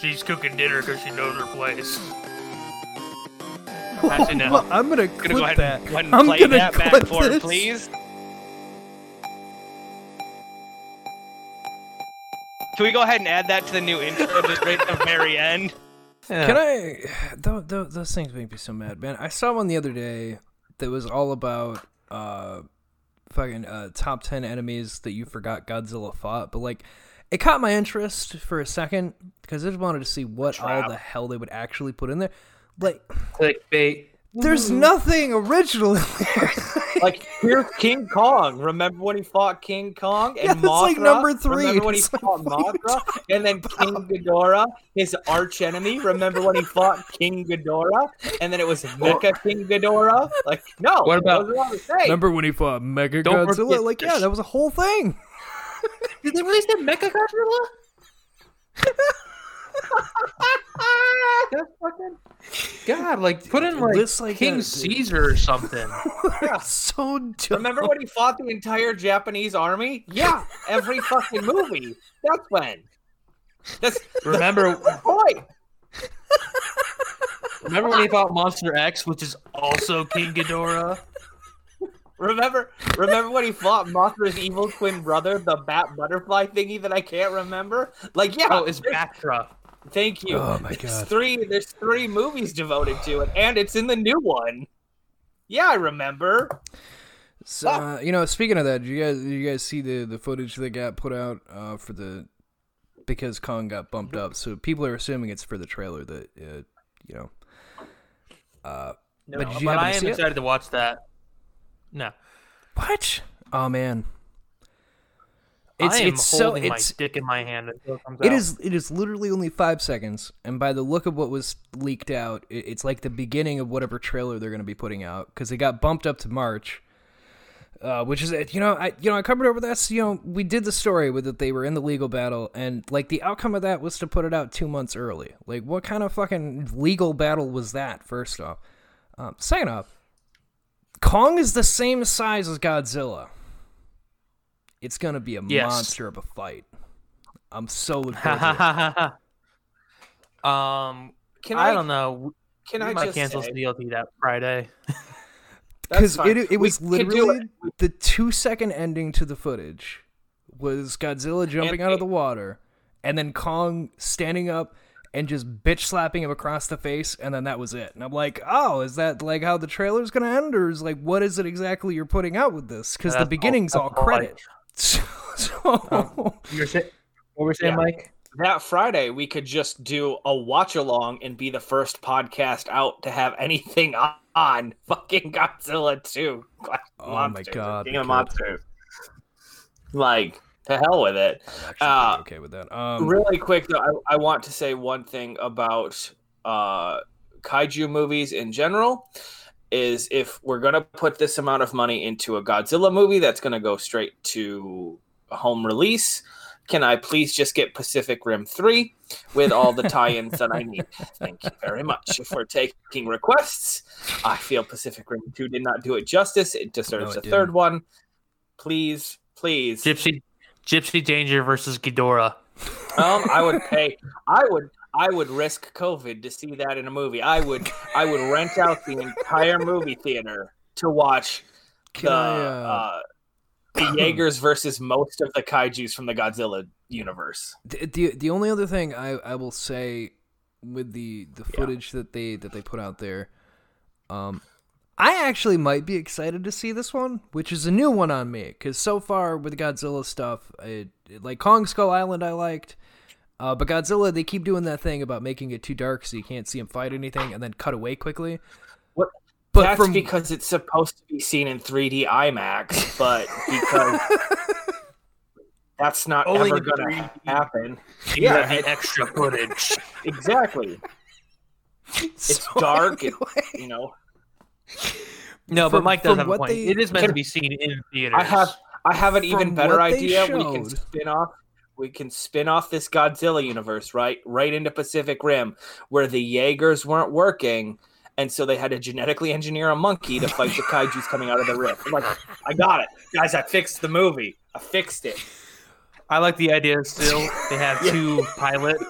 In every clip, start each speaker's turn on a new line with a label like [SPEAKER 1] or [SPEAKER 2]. [SPEAKER 1] She's cooking dinner because she knows her place.
[SPEAKER 2] Actually, no.
[SPEAKER 3] Well, I'm gonna
[SPEAKER 2] gonna
[SPEAKER 3] quit
[SPEAKER 2] go ahead
[SPEAKER 3] that.
[SPEAKER 2] and, go ahead and
[SPEAKER 3] I'm
[SPEAKER 2] play
[SPEAKER 3] gonna
[SPEAKER 2] that
[SPEAKER 3] quit
[SPEAKER 2] back for
[SPEAKER 3] this.
[SPEAKER 2] it, please. Can we go ahead and add that to the new intro just right at the very end?
[SPEAKER 3] Can I? Those, those, those things make me so mad, man. I saw one the other day that was all about uh, fucking uh, top ten enemies that you forgot Godzilla fought, but like. It caught my interest for a second because I just wanted to see what all
[SPEAKER 1] Trap.
[SPEAKER 3] the hell they would actually put in there. Like,
[SPEAKER 4] Clickbait.
[SPEAKER 3] there's nothing original in there.
[SPEAKER 4] Like here's King Kong. Remember when he fought King Kong and
[SPEAKER 3] Yeah, it's
[SPEAKER 4] Mothra?
[SPEAKER 3] like number three.
[SPEAKER 4] Remember when he
[SPEAKER 3] It's like,
[SPEAKER 4] fought
[SPEAKER 3] what are you
[SPEAKER 4] Mothra? And then King Ghidorah, his arch enemy. Remember when he fought King Ghidorah? And then it was Mecha King Ghidorah. Like no.
[SPEAKER 5] What about-
[SPEAKER 4] those are all the same.
[SPEAKER 3] Remember when he fought Mega
[SPEAKER 5] Don't
[SPEAKER 3] Godzilla?
[SPEAKER 5] forget
[SPEAKER 3] Like,
[SPEAKER 5] this.
[SPEAKER 3] yeah, that was a whole thing.
[SPEAKER 4] Did they really say Mecha Godzilla? That's fucking
[SPEAKER 5] God, like put in like,
[SPEAKER 3] This, like,
[SPEAKER 5] King
[SPEAKER 3] a-
[SPEAKER 5] Caesar or something.
[SPEAKER 3] so dumb.
[SPEAKER 4] Remember when he fought the entire Japanese army? Yeah, every fucking movie. That's when. That's
[SPEAKER 5] remember,
[SPEAKER 4] boy.
[SPEAKER 5] remember when he fought Monster X, which is also King Ghidorah.
[SPEAKER 4] Remember, remember when he fought Mothra's evil twin brother, the bat butterfly thingy that I can't remember? Like, yeah,
[SPEAKER 5] Oh, it's Batra.
[SPEAKER 4] thank you.
[SPEAKER 3] Oh my
[SPEAKER 4] There's
[SPEAKER 3] God.
[SPEAKER 4] three. There's three movies devoted to it, and it's in the new one. Yeah, I remember.
[SPEAKER 3] So, uh, you know, speaking of that, did you guys, did you guys see the the footage that got put out uh, for the because Kong got bumped up? So people are assuming it's for the trailer that uh, you know. Uh,
[SPEAKER 4] No,
[SPEAKER 3] but did you
[SPEAKER 5] But
[SPEAKER 3] happen
[SPEAKER 5] I
[SPEAKER 3] to
[SPEAKER 5] am
[SPEAKER 3] see it?
[SPEAKER 5] excited to watch that. No,
[SPEAKER 3] What? Oh man,
[SPEAKER 5] I am holding my
[SPEAKER 3] it's
[SPEAKER 5] dick in my hand until it comes
[SPEAKER 3] it
[SPEAKER 5] out.
[SPEAKER 3] is it is literally only five seconds, and by the look of what was leaked out, it, it's like the beginning of whatever trailer they're going to be putting out because it got bumped up to March. Uh, which is it? You know, I you know I covered over this. You know, we did the story with that they were in the legal battle, and like the outcome of that was to put it out two months early. Like, what kind of fucking legal battle was that? First off, um, second off, Kong is the same size as Godzilla. It's gonna be a
[SPEAKER 5] Yes.
[SPEAKER 3] monster of a fight. I'm so looking
[SPEAKER 5] Ha
[SPEAKER 3] forward to
[SPEAKER 5] ha
[SPEAKER 3] it.
[SPEAKER 5] ha ha. Um,
[SPEAKER 4] Can
[SPEAKER 5] I,
[SPEAKER 4] I,
[SPEAKER 5] don't know.
[SPEAKER 4] Can
[SPEAKER 5] we
[SPEAKER 4] I
[SPEAKER 5] might
[SPEAKER 4] just
[SPEAKER 5] cancel
[SPEAKER 4] say-
[SPEAKER 5] CLT that Friday.
[SPEAKER 4] That's
[SPEAKER 3] because
[SPEAKER 4] fine.
[SPEAKER 3] it, it
[SPEAKER 4] We
[SPEAKER 3] was
[SPEAKER 4] can do it.
[SPEAKER 3] literally the two second ending to the footage was Godzilla jumping out of the water and then Kong standing up and just bitch slapping him across the face and then that was it and I'm like oh is that like how the trailer's gonna end or is like what is it exactly you're putting out with this because the
[SPEAKER 5] That's all-
[SPEAKER 3] beginning's all,
[SPEAKER 5] that's all I-
[SPEAKER 3] credit so,
[SPEAKER 4] Oh,
[SPEAKER 5] You're saying what were saying,
[SPEAKER 4] Yeah.
[SPEAKER 5] Mike?
[SPEAKER 4] that Friday we could just do a watch along and be the first podcast out to have anything on fucking Godzilla 2.
[SPEAKER 3] Oh my
[SPEAKER 4] Monsters,
[SPEAKER 3] God,
[SPEAKER 4] King of
[SPEAKER 3] we could.
[SPEAKER 4] Monsters. Like to hell with it.
[SPEAKER 3] actually
[SPEAKER 4] Uh,
[SPEAKER 3] okay with that um,
[SPEAKER 4] really quick though, I, I want to say one thing about uh, kaiju movies in general is if we're gonna put this amount of money into a Godzilla movie that's gonna go straight to home release. Can I please just get Pacific Rim 3 with all the tie ins that I need? Thank you very much. If we're taking requests, I feel Pacific Rim 2 did not do it justice. It deserves
[SPEAKER 3] it
[SPEAKER 4] a third
[SPEAKER 3] didn't.
[SPEAKER 4] one. Please, please.
[SPEAKER 5] Gypsy, Gypsy Danger versus Ghidorah.
[SPEAKER 4] Um, I would pay. I would. I would risk COVID to see that in a movie. I would. I would rent out the entire movie theater to watch
[SPEAKER 3] can
[SPEAKER 4] the,
[SPEAKER 3] I, uh,
[SPEAKER 4] uh, the Jaegers versus most of the kaiju's from the Godzilla universe.
[SPEAKER 3] The, the the only other thing I, I will say with the the footage that they that they put out there, um, I actually might be excited to see this one, which is a new one on me because so far with Godzilla stuff, it, it- like Kong Skull Island, I liked. Uh, but Godzilla, they keep doing that thing about making it too dark so you can't see him fight anything, and then cut away quickly.
[SPEAKER 4] What-
[SPEAKER 3] But
[SPEAKER 4] That's
[SPEAKER 3] from
[SPEAKER 4] because it's supposed to be seen in 3D IMAX, but because that's not
[SPEAKER 5] Only
[SPEAKER 4] ever
[SPEAKER 5] in
[SPEAKER 4] gonna happen.
[SPEAKER 5] You
[SPEAKER 4] Yeah,
[SPEAKER 5] have the extra footage.
[SPEAKER 4] Exactly. It's
[SPEAKER 3] so
[SPEAKER 4] dark. It,
[SPEAKER 3] anyway.
[SPEAKER 4] you know,
[SPEAKER 5] No, but
[SPEAKER 3] From-
[SPEAKER 5] Mike does
[SPEAKER 3] from
[SPEAKER 5] have a
[SPEAKER 3] what
[SPEAKER 5] point.
[SPEAKER 3] they-
[SPEAKER 5] it is meant to be seen in theaters.
[SPEAKER 4] I have I have an even
[SPEAKER 3] From
[SPEAKER 4] better
[SPEAKER 3] what they
[SPEAKER 4] idea. We can
[SPEAKER 3] showed.
[SPEAKER 4] spin off we can spin off this Godzilla universe, right? Right into Pacific Rim, where the Jaegers weren't working, and so they had to genetically engineer a monkey to fight the kaiju's coming out of the rift. I'm like, I got it. Guys, I fixed the movie. I fixed it.
[SPEAKER 5] I like the idea still. They have two pilots.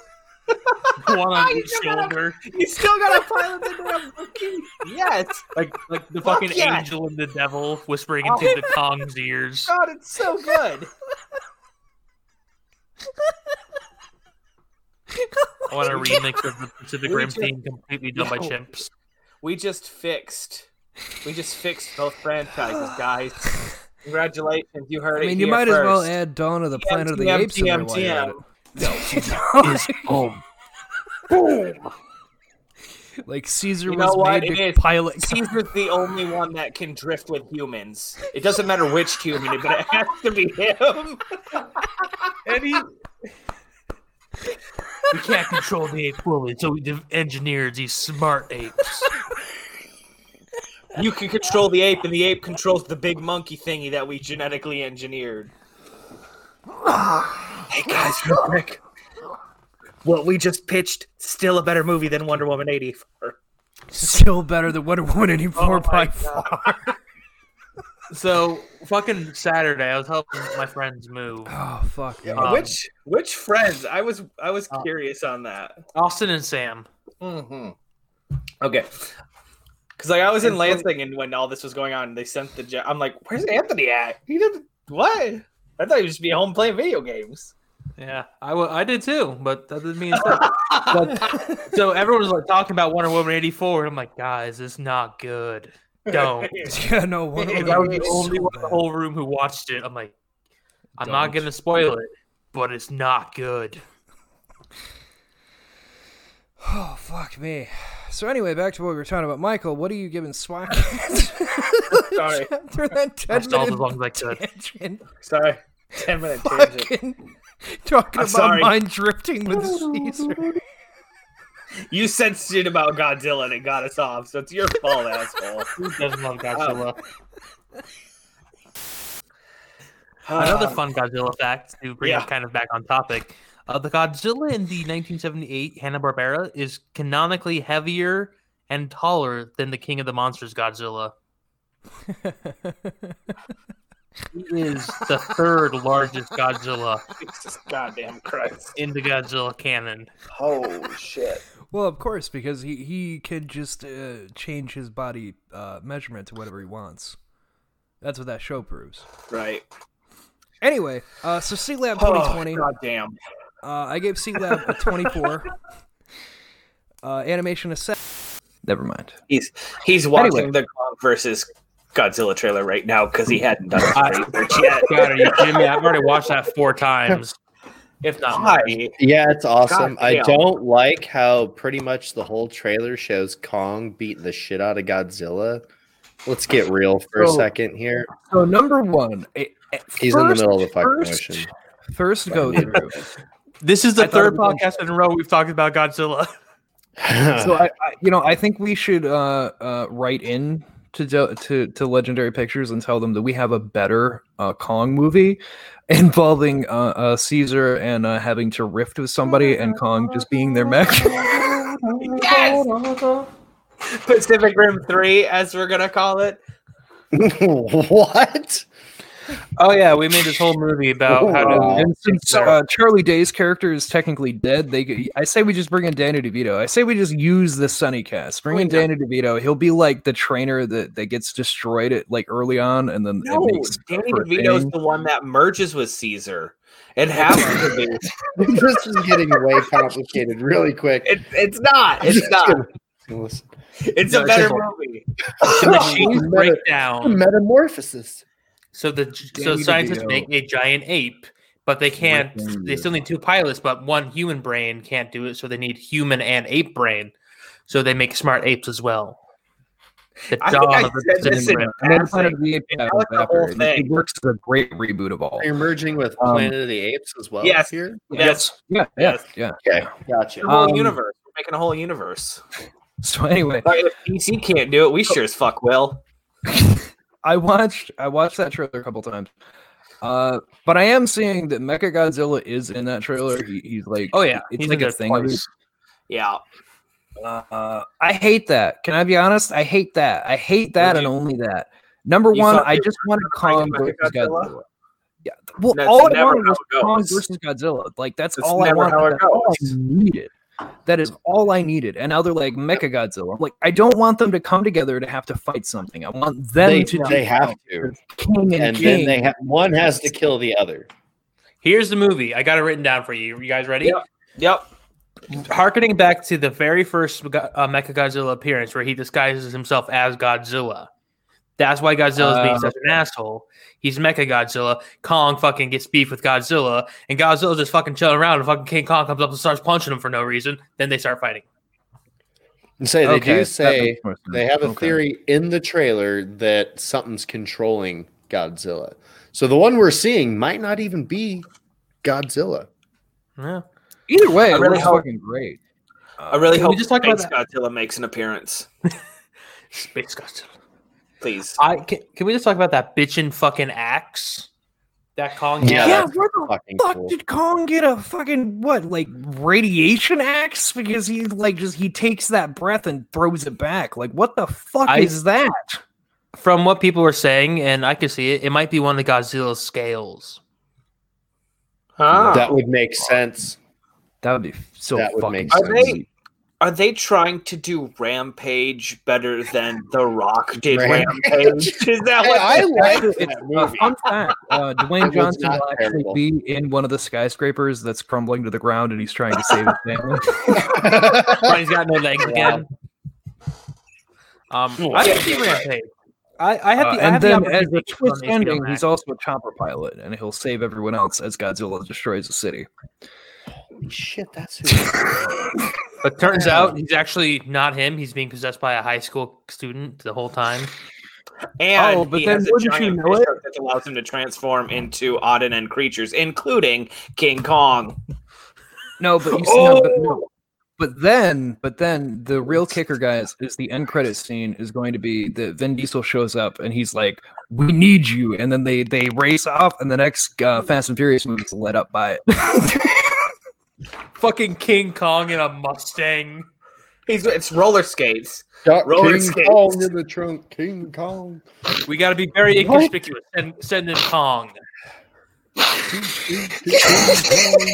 [SPEAKER 5] one on each shoulder.
[SPEAKER 4] You still got a pilot the damn monkey. Yes.
[SPEAKER 5] Like like the
[SPEAKER 4] Fuck
[SPEAKER 5] fucking
[SPEAKER 4] yes.
[SPEAKER 5] angel and the devil whispering into the Kong's ears.
[SPEAKER 4] God, it's so good.
[SPEAKER 5] I want a remix of the Pacific
[SPEAKER 4] We
[SPEAKER 5] Rim
[SPEAKER 4] just-
[SPEAKER 5] theme completely done by
[SPEAKER 4] No.
[SPEAKER 5] chimps.
[SPEAKER 4] We just fixed. We just fixed both franchises, guys. Congratulations, you heard
[SPEAKER 3] I
[SPEAKER 4] it.
[SPEAKER 3] mean, you
[SPEAKER 4] here
[SPEAKER 3] might as well
[SPEAKER 4] first.
[SPEAKER 3] add Dawn of the
[SPEAKER 4] TM,
[SPEAKER 3] Planet of the
[SPEAKER 4] TM,
[SPEAKER 3] Apes in there while you're at
[SPEAKER 4] TM.
[SPEAKER 3] it.
[SPEAKER 5] Is
[SPEAKER 4] Oh.
[SPEAKER 5] home.
[SPEAKER 3] Like Caesar
[SPEAKER 4] You know
[SPEAKER 3] was
[SPEAKER 4] what?
[SPEAKER 3] made
[SPEAKER 4] It
[SPEAKER 3] to
[SPEAKER 4] is.
[SPEAKER 3] pilot.
[SPEAKER 4] Caesar's the only one that can drift with humans. It doesn't matter which human, but it has to be him.
[SPEAKER 5] And he- we can't control the ape fully, so we de- engineered these smart apes.
[SPEAKER 4] You can control the ape, and the ape controls the big monkey thingy that we genetically engineered. hey guys, real quick. What we just pitched, still a better movie than Wonder Woman 84.
[SPEAKER 3] Still better than Wonder Woman
[SPEAKER 5] Oh
[SPEAKER 3] 84 by far.
[SPEAKER 5] So fucking Saturday, I was helping my friends move.
[SPEAKER 3] Oh, fuck. man.
[SPEAKER 5] Um,
[SPEAKER 4] which which friends? I was I was curious on that.
[SPEAKER 5] Austin and Sam.
[SPEAKER 4] Mm-hmm. Okay. Because like I was in Lansing, and when all this was going on, they sent the. Je- I'm like, "Where's Anthony at? He did what? I thought he was just be home playing video games."
[SPEAKER 5] Yeah, I wa- I did too, but that didn't mean stuff. But- so everyone was like talking about Wonder Woman eighty four, and I'm like, guys, it's not good. Don't.
[SPEAKER 3] yeah, no, Wonder
[SPEAKER 5] And
[SPEAKER 3] Woman
[SPEAKER 5] I was
[SPEAKER 3] 84
[SPEAKER 5] the
[SPEAKER 3] is
[SPEAKER 5] only
[SPEAKER 3] so
[SPEAKER 5] one in the
[SPEAKER 3] bad.
[SPEAKER 5] whole room who watched it. I'm like, I'm not
[SPEAKER 3] Don't.
[SPEAKER 5] gonna spoil it, but it's not good.
[SPEAKER 3] Oh, fuck me. So anyway, back to what we were talking about. Michael, what are you giving Swackies?
[SPEAKER 4] Sorry.
[SPEAKER 3] After that
[SPEAKER 5] I
[SPEAKER 3] 10
[SPEAKER 5] stalled as
[SPEAKER 3] minute
[SPEAKER 5] long as I could.
[SPEAKER 3] tangent,
[SPEAKER 4] Sorry, ten minute tangent.
[SPEAKER 3] fucking talking about
[SPEAKER 4] sorry.
[SPEAKER 3] mind drifting with Caesar.
[SPEAKER 4] You said shit about Godzilla, and it got us off, so it's your fault, asshole.
[SPEAKER 5] Who doesn't love Godzilla? Another
[SPEAKER 3] Um,
[SPEAKER 4] Another
[SPEAKER 5] fun Godzilla fact to bring
[SPEAKER 4] yeah.
[SPEAKER 5] us kind of back on topic. Uh, the Godzilla in the 1978 Hanna-Barbera is canonically heavier and taller than the King of the Monsters Godzilla. He is the third largest Godzilla
[SPEAKER 4] Jesus, goddamn Christ!
[SPEAKER 5] in the Godzilla canon.
[SPEAKER 4] Holy shit!
[SPEAKER 3] well, of course, because he, he can just uh, change his body uh, measurement to whatever he wants. That's what that show proves.
[SPEAKER 4] Right.
[SPEAKER 3] Anyway, uh, so C Lab
[SPEAKER 4] Oh,
[SPEAKER 3] 2020.
[SPEAKER 4] goddamn.
[SPEAKER 3] Uh, I gave C Lab a 24. uh, animation a 7. Never mind.
[SPEAKER 4] He's he's watching
[SPEAKER 3] Anyway.
[SPEAKER 4] the Kong versus Godzilla trailer right now because he hadn't done his research yet.
[SPEAKER 5] God, are you kidding me? I've already watched that four times, if not more.
[SPEAKER 4] Hi.
[SPEAKER 6] Yeah, it's awesome. I
[SPEAKER 4] Goddamn.
[SPEAKER 6] don't like how pretty much the whole trailer shows Kong beating the shit out of Godzilla. Let's get real for a
[SPEAKER 3] So-
[SPEAKER 6] second here.
[SPEAKER 3] So, number one, it, it-
[SPEAKER 6] He's in the
[SPEAKER 3] first-
[SPEAKER 6] middle of the fucking
[SPEAKER 3] first-
[SPEAKER 6] ocean.
[SPEAKER 3] First go through.
[SPEAKER 5] This is the
[SPEAKER 3] I thought
[SPEAKER 5] third
[SPEAKER 3] it was-
[SPEAKER 5] podcast in a row we've talked about Godzilla.
[SPEAKER 3] so I, I, you know, I think we should uh, uh, write in to, do, to to Legendary Pictures and tell them that we have a better uh, Kong movie involving uh, uh, Caesar and uh, having to rift with somebody and Kong just being their mech.
[SPEAKER 4] Yes! Pacific Rim 3, as we're going to call it.
[SPEAKER 6] what?
[SPEAKER 5] Oh yeah, we made this whole movie about how to
[SPEAKER 6] Wow.
[SPEAKER 3] and since uh, Charlie Day's character is technically dead, they could- I say we just bring in Danny DeVito. I say we just use the Sunny cast.
[SPEAKER 4] Oh,
[SPEAKER 3] Bring in Danny DeVito. He'll be like the trainer that, that gets destroyed at like early on, and then
[SPEAKER 4] No,
[SPEAKER 3] it makes
[SPEAKER 4] Danny
[SPEAKER 3] for a
[SPEAKER 4] DeVito's
[SPEAKER 3] thing.
[SPEAKER 4] the one that merges with Caesar. It has to be.
[SPEAKER 6] this is getting way complicated really quick.
[SPEAKER 4] It, it's not. It's not.
[SPEAKER 6] Listen.
[SPEAKER 4] It's
[SPEAKER 6] No,
[SPEAKER 4] a better
[SPEAKER 6] it's just-
[SPEAKER 4] movie.
[SPEAKER 5] the machines
[SPEAKER 6] Meta-
[SPEAKER 5] break down.
[SPEAKER 6] Metamorphosis.
[SPEAKER 5] So the so
[SPEAKER 3] Danny
[SPEAKER 5] scientists
[SPEAKER 3] DeVito.
[SPEAKER 5] make a giant ape, but they can't. They still need two pilots, but one human brain can't do it. So they need human and ape brain. So they make smart apes as well. The
[SPEAKER 4] I think
[SPEAKER 5] dawn
[SPEAKER 4] I
[SPEAKER 5] of the
[SPEAKER 4] said this
[SPEAKER 5] Pacific
[SPEAKER 4] in
[SPEAKER 5] Rim.
[SPEAKER 3] And then
[SPEAKER 4] passing.
[SPEAKER 3] Planet of the Apes
[SPEAKER 4] And
[SPEAKER 3] happens
[SPEAKER 4] that was the whole
[SPEAKER 3] after. It
[SPEAKER 4] thing.
[SPEAKER 3] works as a great reboot of all.
[SPEAKER 6] You're merging with
[SPEAKER 3] Um,
[SPEAKER 6] Planet of the Apes as well.
[SPEAKER 4] yes.
[SPEAKER 6] Here.
[SPEAKER 4] Yes.
[SPEAKER 3] Yeah, yeah, yeah.
[SPEAKER 6] Okay. Gotcha.
[SPEAKER 4] The whole
[SPEAKER 3] Um,
[SPEAKER 4] universe. We're making a whole universe.
[SPEAKER 3] So anyway,
[SPEAKER 4] Like, if DC can't do it, we sure as fuck will.
[SPEAKER 3] I watched I watched that trailer a couple times. Uh, but I am seeing that Mecha Godzilla is in that trailer. He, he's like,
[SPEAKER 5] Oh yeah,
[SPEAKER 3] it's
[SPEAKER 5] he's
[SPEAKER 3] like
[SPEAKER 5] in
[SPEAKER 3] a
[SPEAKER 5] there
[SPEAKER 3] thing.
[SPEAKER 5] twice.
[SPEAKER 4] Yeah.
[SPEAKER 3] Uh, I hate that. Can I be honest? I hate that. I hate that
[SPEAKER 4] Would
[SPEAKER 3] and only that. Number
[SPEAKER 4] You
[SPEAKER 3] one,
[SPEAKER 4] thought
[SPEAKER 3] I
[SPEAKER 4] they
[SPEAKER 3] just wanted
[SPEAKER 4] gonna
[SPEAKER 3] Kong
[SPEAKER 4] make
[SPEAKER 3] versus
[SPEAKER 4] a Godzilla?
[SPEAKER 3] Godzilla. Yeah. Well,
[SPEAKER 4] That's
[SPEAKER 3] all I
[SPEAKER 4] never
[SPEAKER 3] wanted
[SPEAKER 4] how
[SPEAKER 3] was
[SPEAKER 4] it
[SPEAKER 3] Kong
[SPEAKER 4] goes.
[SPEAKER 3] versus Godzilla. Like that's
[SPEAKER 4] That's
[SPEAKER 3] all I
[SPEAKER 4] never
[SPEAKER 3] wanted.
[SPEAKER 4] how it
[SPEAKER 3] That's all I
[SPEAKER 4] goes.
[SPEAKER 3] needed.
[SPEAKER 2] That is all I needed. And now they're like Mecha Godzilla. I'm like, I don't want them to come together to have to fight something. I want them
[SPEAKER 6] They,
[SPEAKER 2] to
[SPEAKER 6] they
[SPEAKER 2] do
[SPEAKER 6] have to,
[SPEAKER 2] King and,
[SPEAKER 6] and
[SPEAKER 2] King.
[SPEAKER 6] then they have one has to kill the other.
[SPEAKER 5] Here's the movie. I got it written down for you. You guys ready?
[SPEAKER 4] Yep.
[SPEAKER 5] Harkening back to the very first Go- uh, Mecha Godzilla appearance, where he disguises himself as Godzilla. That's why Godzilla's being
[SPEAKER 2] Oh,
[SPEAKER 5] such an asshole. He's Mecha Godzilla. Kong fucking gets beef with Godzilla, and Godzilla's just fucking chilling around. And fucking King Kong comes up and starts punching him for no reason. Then they start fighting.
[SPEAKER 6] And say they
[SPEAKER 2] Okay,
[SPEAKER 6] do
[SPEAKER 2] that
[SPEAKER 6] say
[SPEAKER 2] makes more sense.
[SPEAKER 6] they have a
[SPEAKER 2] Okay.
[SPEAKER 6] theory in the trailer that something's controlling Godzilla. So the one we're seeing might not even be Godzilla.
[SPEAKER 5] Yeah.
[SPEAKER 2] Either way,
[SPEAKER 4] I
[SPEAKER 2] it
[SPEAKER 4] really
[SPEAKER 2] looks
[SPEAKER 4] hope-
[SPEAKER 2] fucking great.
[SPEAKER 4] I really
[SPEAKER 5] Can we
[SPEAKER 4] hope
[SPEAKER 5] just talk about
[SPEAKER 4] Space Godzilla makes an appearance.
[SPEAKER 5] Space Godzilla.
[SPEAKER 4] Please.
[SPEAKER 5] I can, can we just talk about that bitchin' fucking axe that Kong?
[SPEAKER 6] Yeah,
[SPEAKER 5] had?
[SPEAKER 2] yeah,
[SPEAKER 6] that's
[SPEAKER 2] where the
[SPEAKER 6] Fucking
[SPEAKER 2] fuck
[SPEAKER 6] cool.
[SPEAKER 2] did Kong get a fucking what like radiation axe because he like just he takes that breath and throws it back like what the fuck
[SPEAKER 5] I-
[SPEAKER 2] is that
[SPEAKER 5] From what people were saying, and I could see it, it might be one of Godzilla's scales.
[SPEAKER 4] Huh.
[SPEAKER 6] That would make sense.
[SPEAKER 2] that would be so
[SPEAKER 6] That would make
[SPEAKER 4] Are
[SPEAKER 6] sense.
[SPEAKER 4] they are they trying to do Rampage better than The Rock did
[SPEAKER 6] Rampage.
[SPEAKER 4] Rampage? Is that
[SPEAKER 6] Hey,
[SPEAKER 4] what
[SPEAKER 6] I like
[SPEAKER 2] it's
[SPEAKER 6] that
[SPEAKER 2] uh,
[SPEAKER 6] movie.
[SPEAKER 2] fun fact uh, Dwayne
[SPEAKER 6] was
[SPEAKER 2] Johnson
[SPEAKER 6] not
[SPEAKER 2] will actually
[SPEAKER 6] terrible.
[SPEAKER 2] be in one of the skyscrapers that's crumbling to the ground and he's trying to save his family
[SPEAKER 5] Brian's got no legs again. Um, I
[SPEAKER 4] Yeah.
[SPEAKER 5] didn't see Rampage.
[SPEAKER 2] I, I
[SPEAKER 5] have the- I
[SPEAKER 2] Uh, and
[SPEAKER 5] have the
[SPEAKER 2] then
[SPEAKER 5] opportunity
[SPEAKER 2] as a
[SPEAKER 5] to go
[SPEAKER 2] twist
[SPEAKER 5] on HBO
[SPEAKER 2] ending
[SPEAKER 5] Max.
[SPEAKER 2] he's also a chopper pilot and he'll save everyone else as Godzilla destroys the city
[SPEAKER 6] Holy shit, that's who.
[SPEAKER 5] But turns out he's actually not him. He's being possessed by a high school student the whole time.
[SPEAKER 4] And
[SPEAKER 2] Oh, but
[SPEAKER 4] he
[SPEAKER 2] then
[SPEAKER 4] has a
[SPEAKER 2] wouldn't you
[SPEAKER 4] giant
[SPEAKER 2] know
[SPEAKER 4] fish
[SPEAKER 2] it?
[SPEAKER 4] hook That allows him to transform into Odin and creatures, including King Kong. Oh,
[SPEAKER 2] No, but you see how, but,
[SPEAKER 5] Oh!
[SPEAKER 2] no. but then, but then the real kicker, guys, is the end credit scene is going to be that Vin Diesel shows up and he's like, "We need you," and then they they race off, and the next uh, Fast and Furious movie is led up by it.
[SPEAKER 5] Fucking King Kong in a Mustang.
[SPEAKER 4] He's it's roller skates.
[SPEAKER 6] Got
[SPEAKER 4] Roller
[SPEAKER 6] King
[SPEAKER 4] skates.
[SPEAKER 6] Kong in the trunk. King Kong.
[SPEAKER 5] We got to be very inconspicuous. Send, send in Kong.
[SPEAKER 6] King Kong,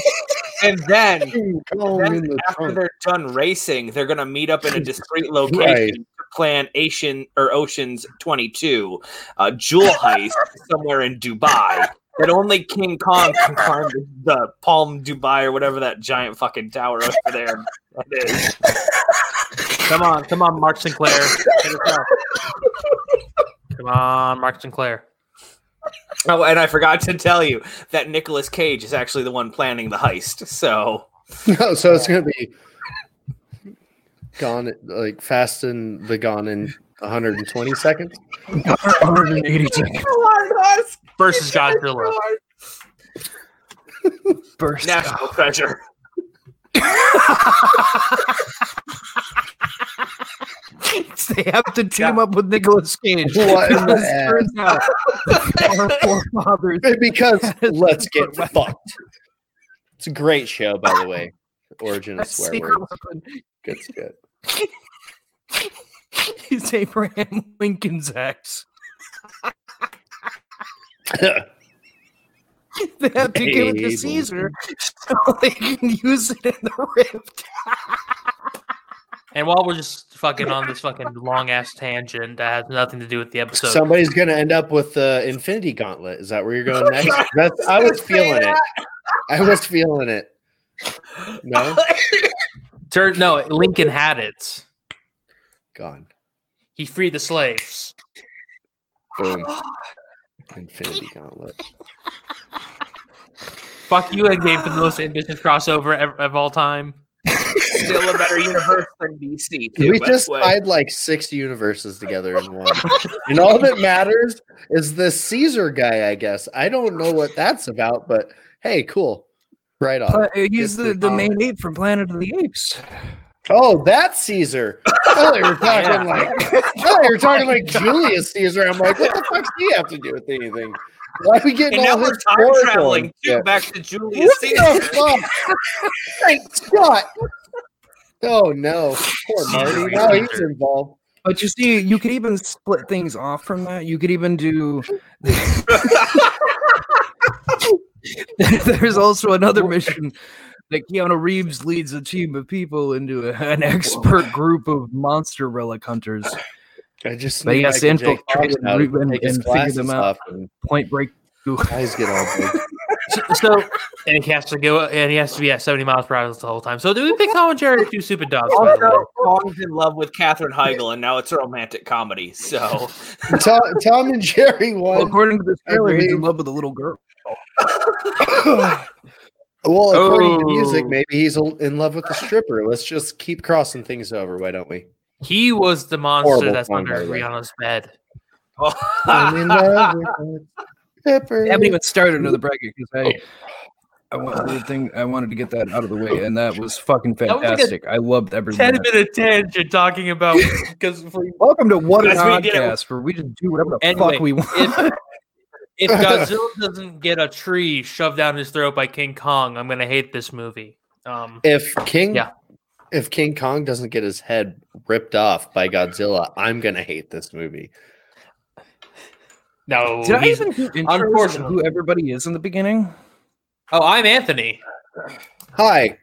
[SPEAKER 4] And then,
[SPEAKER 6] King Kong in
[SPEAKER 4] then
[SPEAKER 6] the
[SPEAKER 4] after
[SPEAKER 6] trunk.
[SPEAKER 4] they're done racing, they're gonna meet up in a discreet location
[SPEAKER 6] Right.
[SPEAKER 4] to plan Asian or Oceans 22, uh, jewel heist somewhere in Dubai. That only King Kong can climb the, the Palm Dubai or whatever that giant fucking tower over there is.
[SPEAKER 5] Come on, come on, Mark Sinclair. Hit us up. Come on, Mark Sinclair.
[SPEAKER 4] Oh, and I forgot to tell you that Nicolas Cage is actually the one planning the heist. So
[SPEAKER 6] No, so it's gonna be gone like fast and the gone in 120 seconds.
[SPEAKER 2] 180 seconds
[SPEAKER 5] Versus Godzilla.
[SPEAKER 2] burst.
[SPEAKER 4] national
[SPEAKER 6] Oh.
[SPEAKER 4] treasure.
[SPEAKER 2] They have to team up with Nicolas Cage.
[SPEAKER 6] What in the
[SPEAKER 2] because
[SPEAKER 6] ass?
[SPEAKER 2] turns out our forefathers
[SPEAKER 6] Because let's get fucked. It's a great show, by the way. Origin
[SPEAKER 2] had
[SPEAKER 6] of
[SPEAKER 2] a
[SPEAKER 6] swear
[SPEAKER 2] secret
[SPEAKER 6] words.
[SPEAKER 2] weapon
[SPEAKER 6] Good, good.
[SPEAKER 2] is Abraham Lincoln's axe. They have to give it to
[SPEAKER 6] Abe
[SPEAKER 2] Caesar so they can use it in the rift.
[SPEAKER 5] And while we're just fucking on this fucking long ass tangent that has nothing to do with the episode,
[SPEAKER 6] Somebody's gonna end up with the Infinity Gauntlet. Is that where you're going next? That's, I was feeling it. I was feeling it. No,
[SPEAKER 5] Tur- no, Lincoln had it.
[SPEAKER 6] gone.
[SPEAKER 5] He freed the slaves.
[SPEAKER 6] Boom. Infinity Gauntlet.
[SPEAKER 5] Fuck you, I gave the most ambitious crossover ever, of all time.
[SPEAKER 4] Still a better universe than DC. Too,
[SPEAKER 6] we
[SPEAKER 4] by
[SPEAKER 6] just
[SPEAKER 4] the way.
[SPEAKER 6] tied like six universes together in one. and all that matters is the Caesar guy, I guess. I don't know what that's about, but hey, cool. Right off.
[SPEAKER 3] uh,
[SPEAKER 2] he's
[SPEAKER 6] the-
[SPEAKER 2] the,
[SPEAKER 6] the main
[SPEAKER 2] main ape from Planet of the Apes.
[SPEAKER 6] oh, that's Caesar. Oh, you're talking
[SPEAKER 5] Yeah.
[SPEAKER 6] like oh, you're talking like Julius Caesar. I'm like, what the fuck do you have to do with anything? Why are we getting
[SPEAKER 4] and now
[SPEAKER 6] all
[SPEAKER 4] we're
[SPEAKER 6] this
[SPEAKER 4] time
[SPEAKER 6] historical
[SPEAKER 4] traveling
[SPEAKER 6] and
[SPEAKER 4] too,
[SPEAKER 6] shit?
[SPEAKER 4] back to Julius
[SPEAKER 6] What
[SPEAKER 4] Caesar.
[SPEAKER 6] the fuck? Thank Scott. Oh no. Poor Marty. Now he's involved.
[SPEAKER 2] But you see, you could even split things off from that. You could even do. There's also another mission
[SPEAKER 3] that Keanu Reeves leads a team of people into a- an expert group of monster relic hunters.
[SPEAKER 6] I just
[SPEAKER 3] But he
[SPEAKER 6] need
[SPEAKER 3] has to
[SPEAKER 6] Michael J.
[SPEAKER 3] infiltrate
[SPEAKER 6] Fox
[SPEAKER 3] and
[SPEAKER 6] out
[SPEAKER 3] root and-
[SPEAKER 6] take his
[SPEAKER 3] and figure
[SPEAKER 6] glasses
[SPEAKER 3] them out.
[SPEAKER 6] off and
[SPEAKER 3] Point Break.
[SPEAKER 6] eyes get all big.
[SPEAKER 5] So, so- and he has to go, and he has to be at seventy miles per hour the whole time. So do we pick Tom and Jerry are two stupid dogs? by the way?
[SPEAKER 4] Also, Kong's in love with Katherine Heigl, and now it's a romantic comedy. So
[SPEAKER 6] Tom, Tom and Jerry
[SPEAKER 3] Well,
[SPEAKER 6] won.
[SPEAKER 3] according to this trailer, he's in
[SPEAKER 6] believe-
[SPEAKER 3] love with a little girl.
[SPEAKER 6] well, according to music,
[SPEAKER 5] Oh.
[SPEAKER 6] maybe he's al- in love with the stripper. Let's just keep crossing things over, why don't we?
[SPEAKER 5] He was the monster
[SPEAKER 6] Horrible
[SPEAKER 5] that's
[SPEAKER 6] song,
[SPEAKER 5] under
[SPEAKER 6] by the way.
[SPEAKER 5] Rihanna's bed.
[SPEAKER 6] I'm in love with the stripper.
[SPEAKER 3] I haven't even started another bracket because I, I wanted the thing I wanted to get that out of the way, and that was fucking
[SPEAKER 5] was like a
[SPEAKER 3] fantastic. I loved every
[SPEAKER 5] Ten
[SPEAKER 3] minute.
[SPEAKER 5] minute tangent talking about because
[SPEAKER 3] Welcome to What a
[SPEAKER 5] As we did it-
[SPEAKER 3] Podcast, where we just do whatever the
[SPEAKER 5] Anyway,
[SPEAKER 3] fuck we want.
[SPEAKER 5] if if Godzilla doesn't get a tree shoved down his throat by King Kong, I'm gonna hate this movie. Um,
[SPEAKER 6] If King,
[SPEAKER 5] Yeah.
[SPEAKER 6] if King Kong doesn't get his head ripped off by Godzilla, I'm gonna hate this movie.
[SPEAKER 5] no,
[SPEAKER 3] Did I
[SPEAKER 5] he's-
[SPEAKER 3] even do intros of
[SPEAKER 5] unfortunately.
[SPEAKER 3] who everybody is in the beginning?
[SPEAKER 5] oh, I'm Anthony.
[SPEAKER 6] Hi,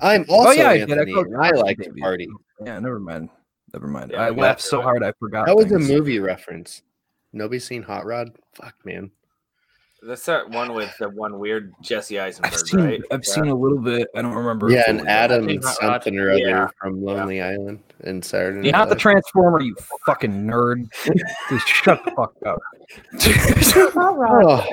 [SPEAKER 6] I'm also
[SPEAKER 3] yeah, I did. I
[SPEAKER 6] Anthony,
[SPEAKER 3] called
[SPEAKER 6] and I
[SPEAKER 3] Carson
[SPEAKER 6] like to
[SPEAKER 3] Baby.
[SPEAKER 6] party.
[SPEAKER 3] Yeah, never mind. Never mind.
[SPEAKER 4] Yeah,
[SPEAKER 3] I
[SPEAKER 4] we got
[SPEAKER 3] laughed
[SPEAKER 4] through
[SPEAKER 3] so
[SPEAKER 4] it.
[SPEAKER 3] hard I forgot.
[SPEAKER 6] That was a
[SPEAKER 3] things.
[SPEAKER 6] movie reference. Nobody seen Hot Rod? Fuck, man.
[SPEAKER 4] that's that one with the one weird Jesse Eisenberg,
[SPEAKER 3] I've seen.
[SPEAKER 4] right?
[SPEAKER 3] I've seen a little bit. I don't remember.
[SPEAKER 6] Yeah,
[SPEAKER 3] fully.
[SPEAKER 6] and Adam
[SPEAKER 5] seen Hot Rod.
[SPEAKER 6] something or other
[SPEAKER 4] Yeah.
[SPEAKER 6] from Lonely Island and Saturday Night.
[SPEAKER 3] Not the
[SPEAKER 6] Live.
[SPEAKER 3] Transformer, you fucking nerd. Just shut the fuck up.
[SPEAKER 6] Oh.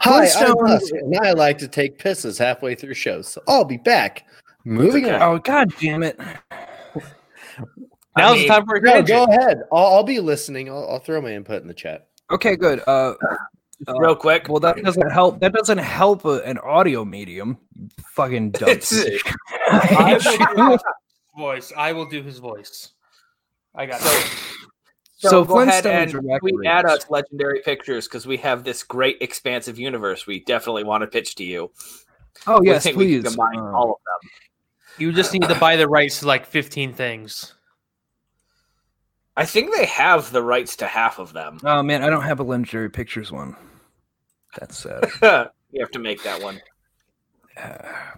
[SPEAKER 6] Hi, I'm
[SPEAKER 3] Flintstones.
[SPEAKER 6] Husk, and I like to take pisses halfway through shows, so I'll be back. Moving
[SPEAKER 4] Okay.
[SPEAKER 6] on.
[SPEAKER 3] oh god damn it!
[SPEAKER 4] I
[SPEAKER 5] Now's
[SPEAKER 4] mean,
[SPEAKER 5] the time for a
[SPEAKER 6] No,
[SPEAKER 5] tangent.
[SPEAKER 6] go ahead. I'll, I'll be listening. I'll, I'll throw my input in the chat.
[SPEAKER 3] Okay, good. Uh,
[SPEAKER 4] Real quick,
[SPEAKER 3] Well, that doesn't help. That doesn't help a, an audio medium. You fucking dumb.
[SPEAKER 4] It's-
[SPEAKER 3] piece of shit.
[SPEAKER 5] I will do his voice. I will do his voice. I got
[SPEAKER 4] So-
[SPEAKER 5] it.
[SPEAKER 4] so,
[SPEAKER 3] so
[SPEAKER 4] go ahead
[SPEAKER 3] Flintstones
[SPEAKER 4] and
[SPEAKER 3] are back
[SPEAKER 4] tweet
[SPEAKER 3] released.
[SPEAKER 4] at us legendary pictures because we have this great expansive universe. We definitely want to pitch to you.
[SPEAKER 3] oh
[SPEAKER 4] We
[SPEAKER 3] yes,
[SPEAKER 4] think we can
[SPEAKER 3] please.
[SPEAKER 4] combine
[SPEAKER 3] Um,
[SPEAKER 4] all of them.
[SPEAKER 5] You just need to buy the rights to like 15 things.
[SPEAKER 4] I think they have the rights to half of them.
[SPEAKER 3] oh man, I don't have a legendary pictures one. That's sad.
[SPEAKER 4] you have to make that one.
[SPEAKER 3] Uh,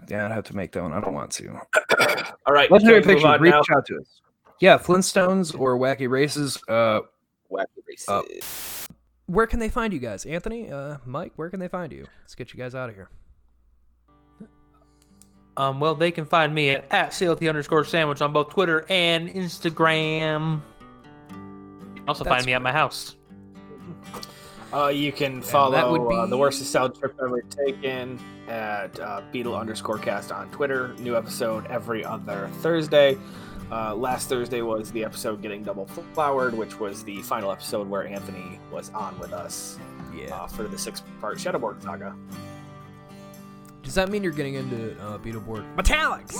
[SPEAKER 3] yeah, I'd have to make that one. I don't want to.
[SPEAKER 4] All right,
[SPEAKER 3] Legendary
[SPEAKER 4] can we move
[SPEAKER 3] pictures.
[SPEAKER 4] on
[SPEAKER 3] Reach
[SPEAKER 4] now?
[SPEAKER 3] out to us. Yeah, Flintstones or Wacky Races. Uh,
[SPEAKER 4] Wacky
[SPEAKER 3] Oh.
[SPEAKER 4] races.
[SPEAKER 3] where can they find you guys, Anthony? Uh, Mike, where can they find you? Let's get you guys out of here.
[SPEAKER 5] Um, well, they can find me at, at CLT underscore sandwich on both Twitter and Instagram. You can Also,
[SPEAKER 3] That's
[SPEAKER 5] find me at my house.
[SPEAKER 4] Uh, you can
[SPEAKER 3] that
[SPEAKER 4] follow
[SPEAKER 3] would
[SPEAKER 4] uh, the
[SPEAKER 3] be-
[SPEAKER 4] worst sound trip ever taken at uh, Beetle underscore cast on Twitter. New episode every other Thursday. Uh, last Thursday was the episode getting double flowered, which was the final episode where Anthony was on with us
[SPEAKER 3] Yeah.
[SPEAKER 4] uh, for the six part Shadowborg saga.
[SPEAKER 3] Does that mean you're getting into uh, Beetleborg Metallics?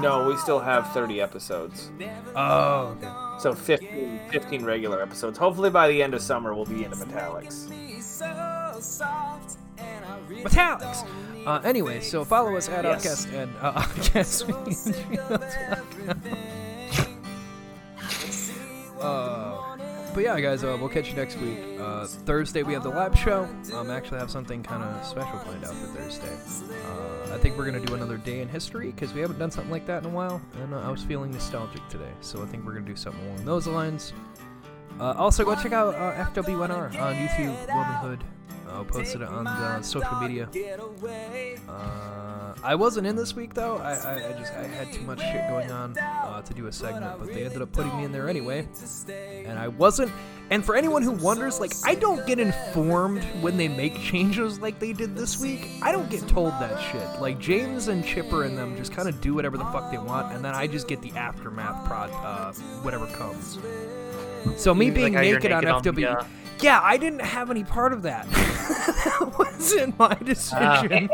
[SPEAKER 4] No, we still have 30 episodes.
[SPEAKER 3] Oh, okay.
[SPEAKER 4] So 15, 15 regular episodes. Hopefully by the end of summer, we'll be into Metallics.
[SPEAKER 3] Metallics. Uh, anyway, so follow us at Outcast and uh, Outcast. uh, but yeah, guys, uh, we'll catch you next week. Uh, Thursday we have the live show. Um, actually, I have something kind of special planned out for Thursday. Uh, I think we're gonna do another day in history because we haven't done something like that in a while, and uh, I was feeling nostalgic today, so I think we're gonna do something along those lines. Uh, also, go check out uh, FWNR on YouTube, Womanhood. Uh, I'll post it on the social media. Uh, I wasn't in this week though. I, I, I just I had too much shit going on uh, to do a segment, but they ended up putting me in there anyway, and I wasn't. And for anyone who wonders, like I don't get informed when they make changes like they did this week. I don't get told that shit. Like James and Chipper and them just kind of do whatever the fuck they want, and then I just get the aftermath prod, uh, whatever comes. So me
[SPEAKER 5] Like
[SPEAKER 3] being
[SPEAKER 5] how you're
[SPEAKER 3] naked, on
[SPEAKER 5] naked on
[SPEAKER 3] FW,
[SPEAKER 5] the, uh,
[SPEAKER 3] yeah, I didn't have any part of that. that wasn't
[SPEAKER 5] Ah.
[SPEAKER 3] my decision.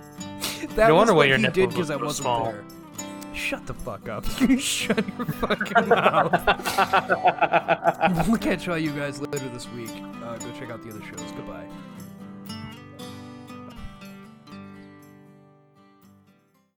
[SPEAKER 3] that
[SPEAKER 5] No
[SPEAKER 3] was
[SPEAKER 5] wonder why
[SPEAKER 3] what
[SPEAKER 5] your
[SPEAKER 3] he
[SPEAKER 5] nipples
[SPEAKER 3] did because
[SPEAKER 5] were
[SPEAKER 3] I
[SPEAKER 5] so
[SPEAKER 3] wasn't
[SPEAKER 5] small.
[SPEAKER 3] there. Shut the fuck up. You Shut your fucking mouth. we'll catch all you guys later this week. Uh, go check out the other shows. Goodbye.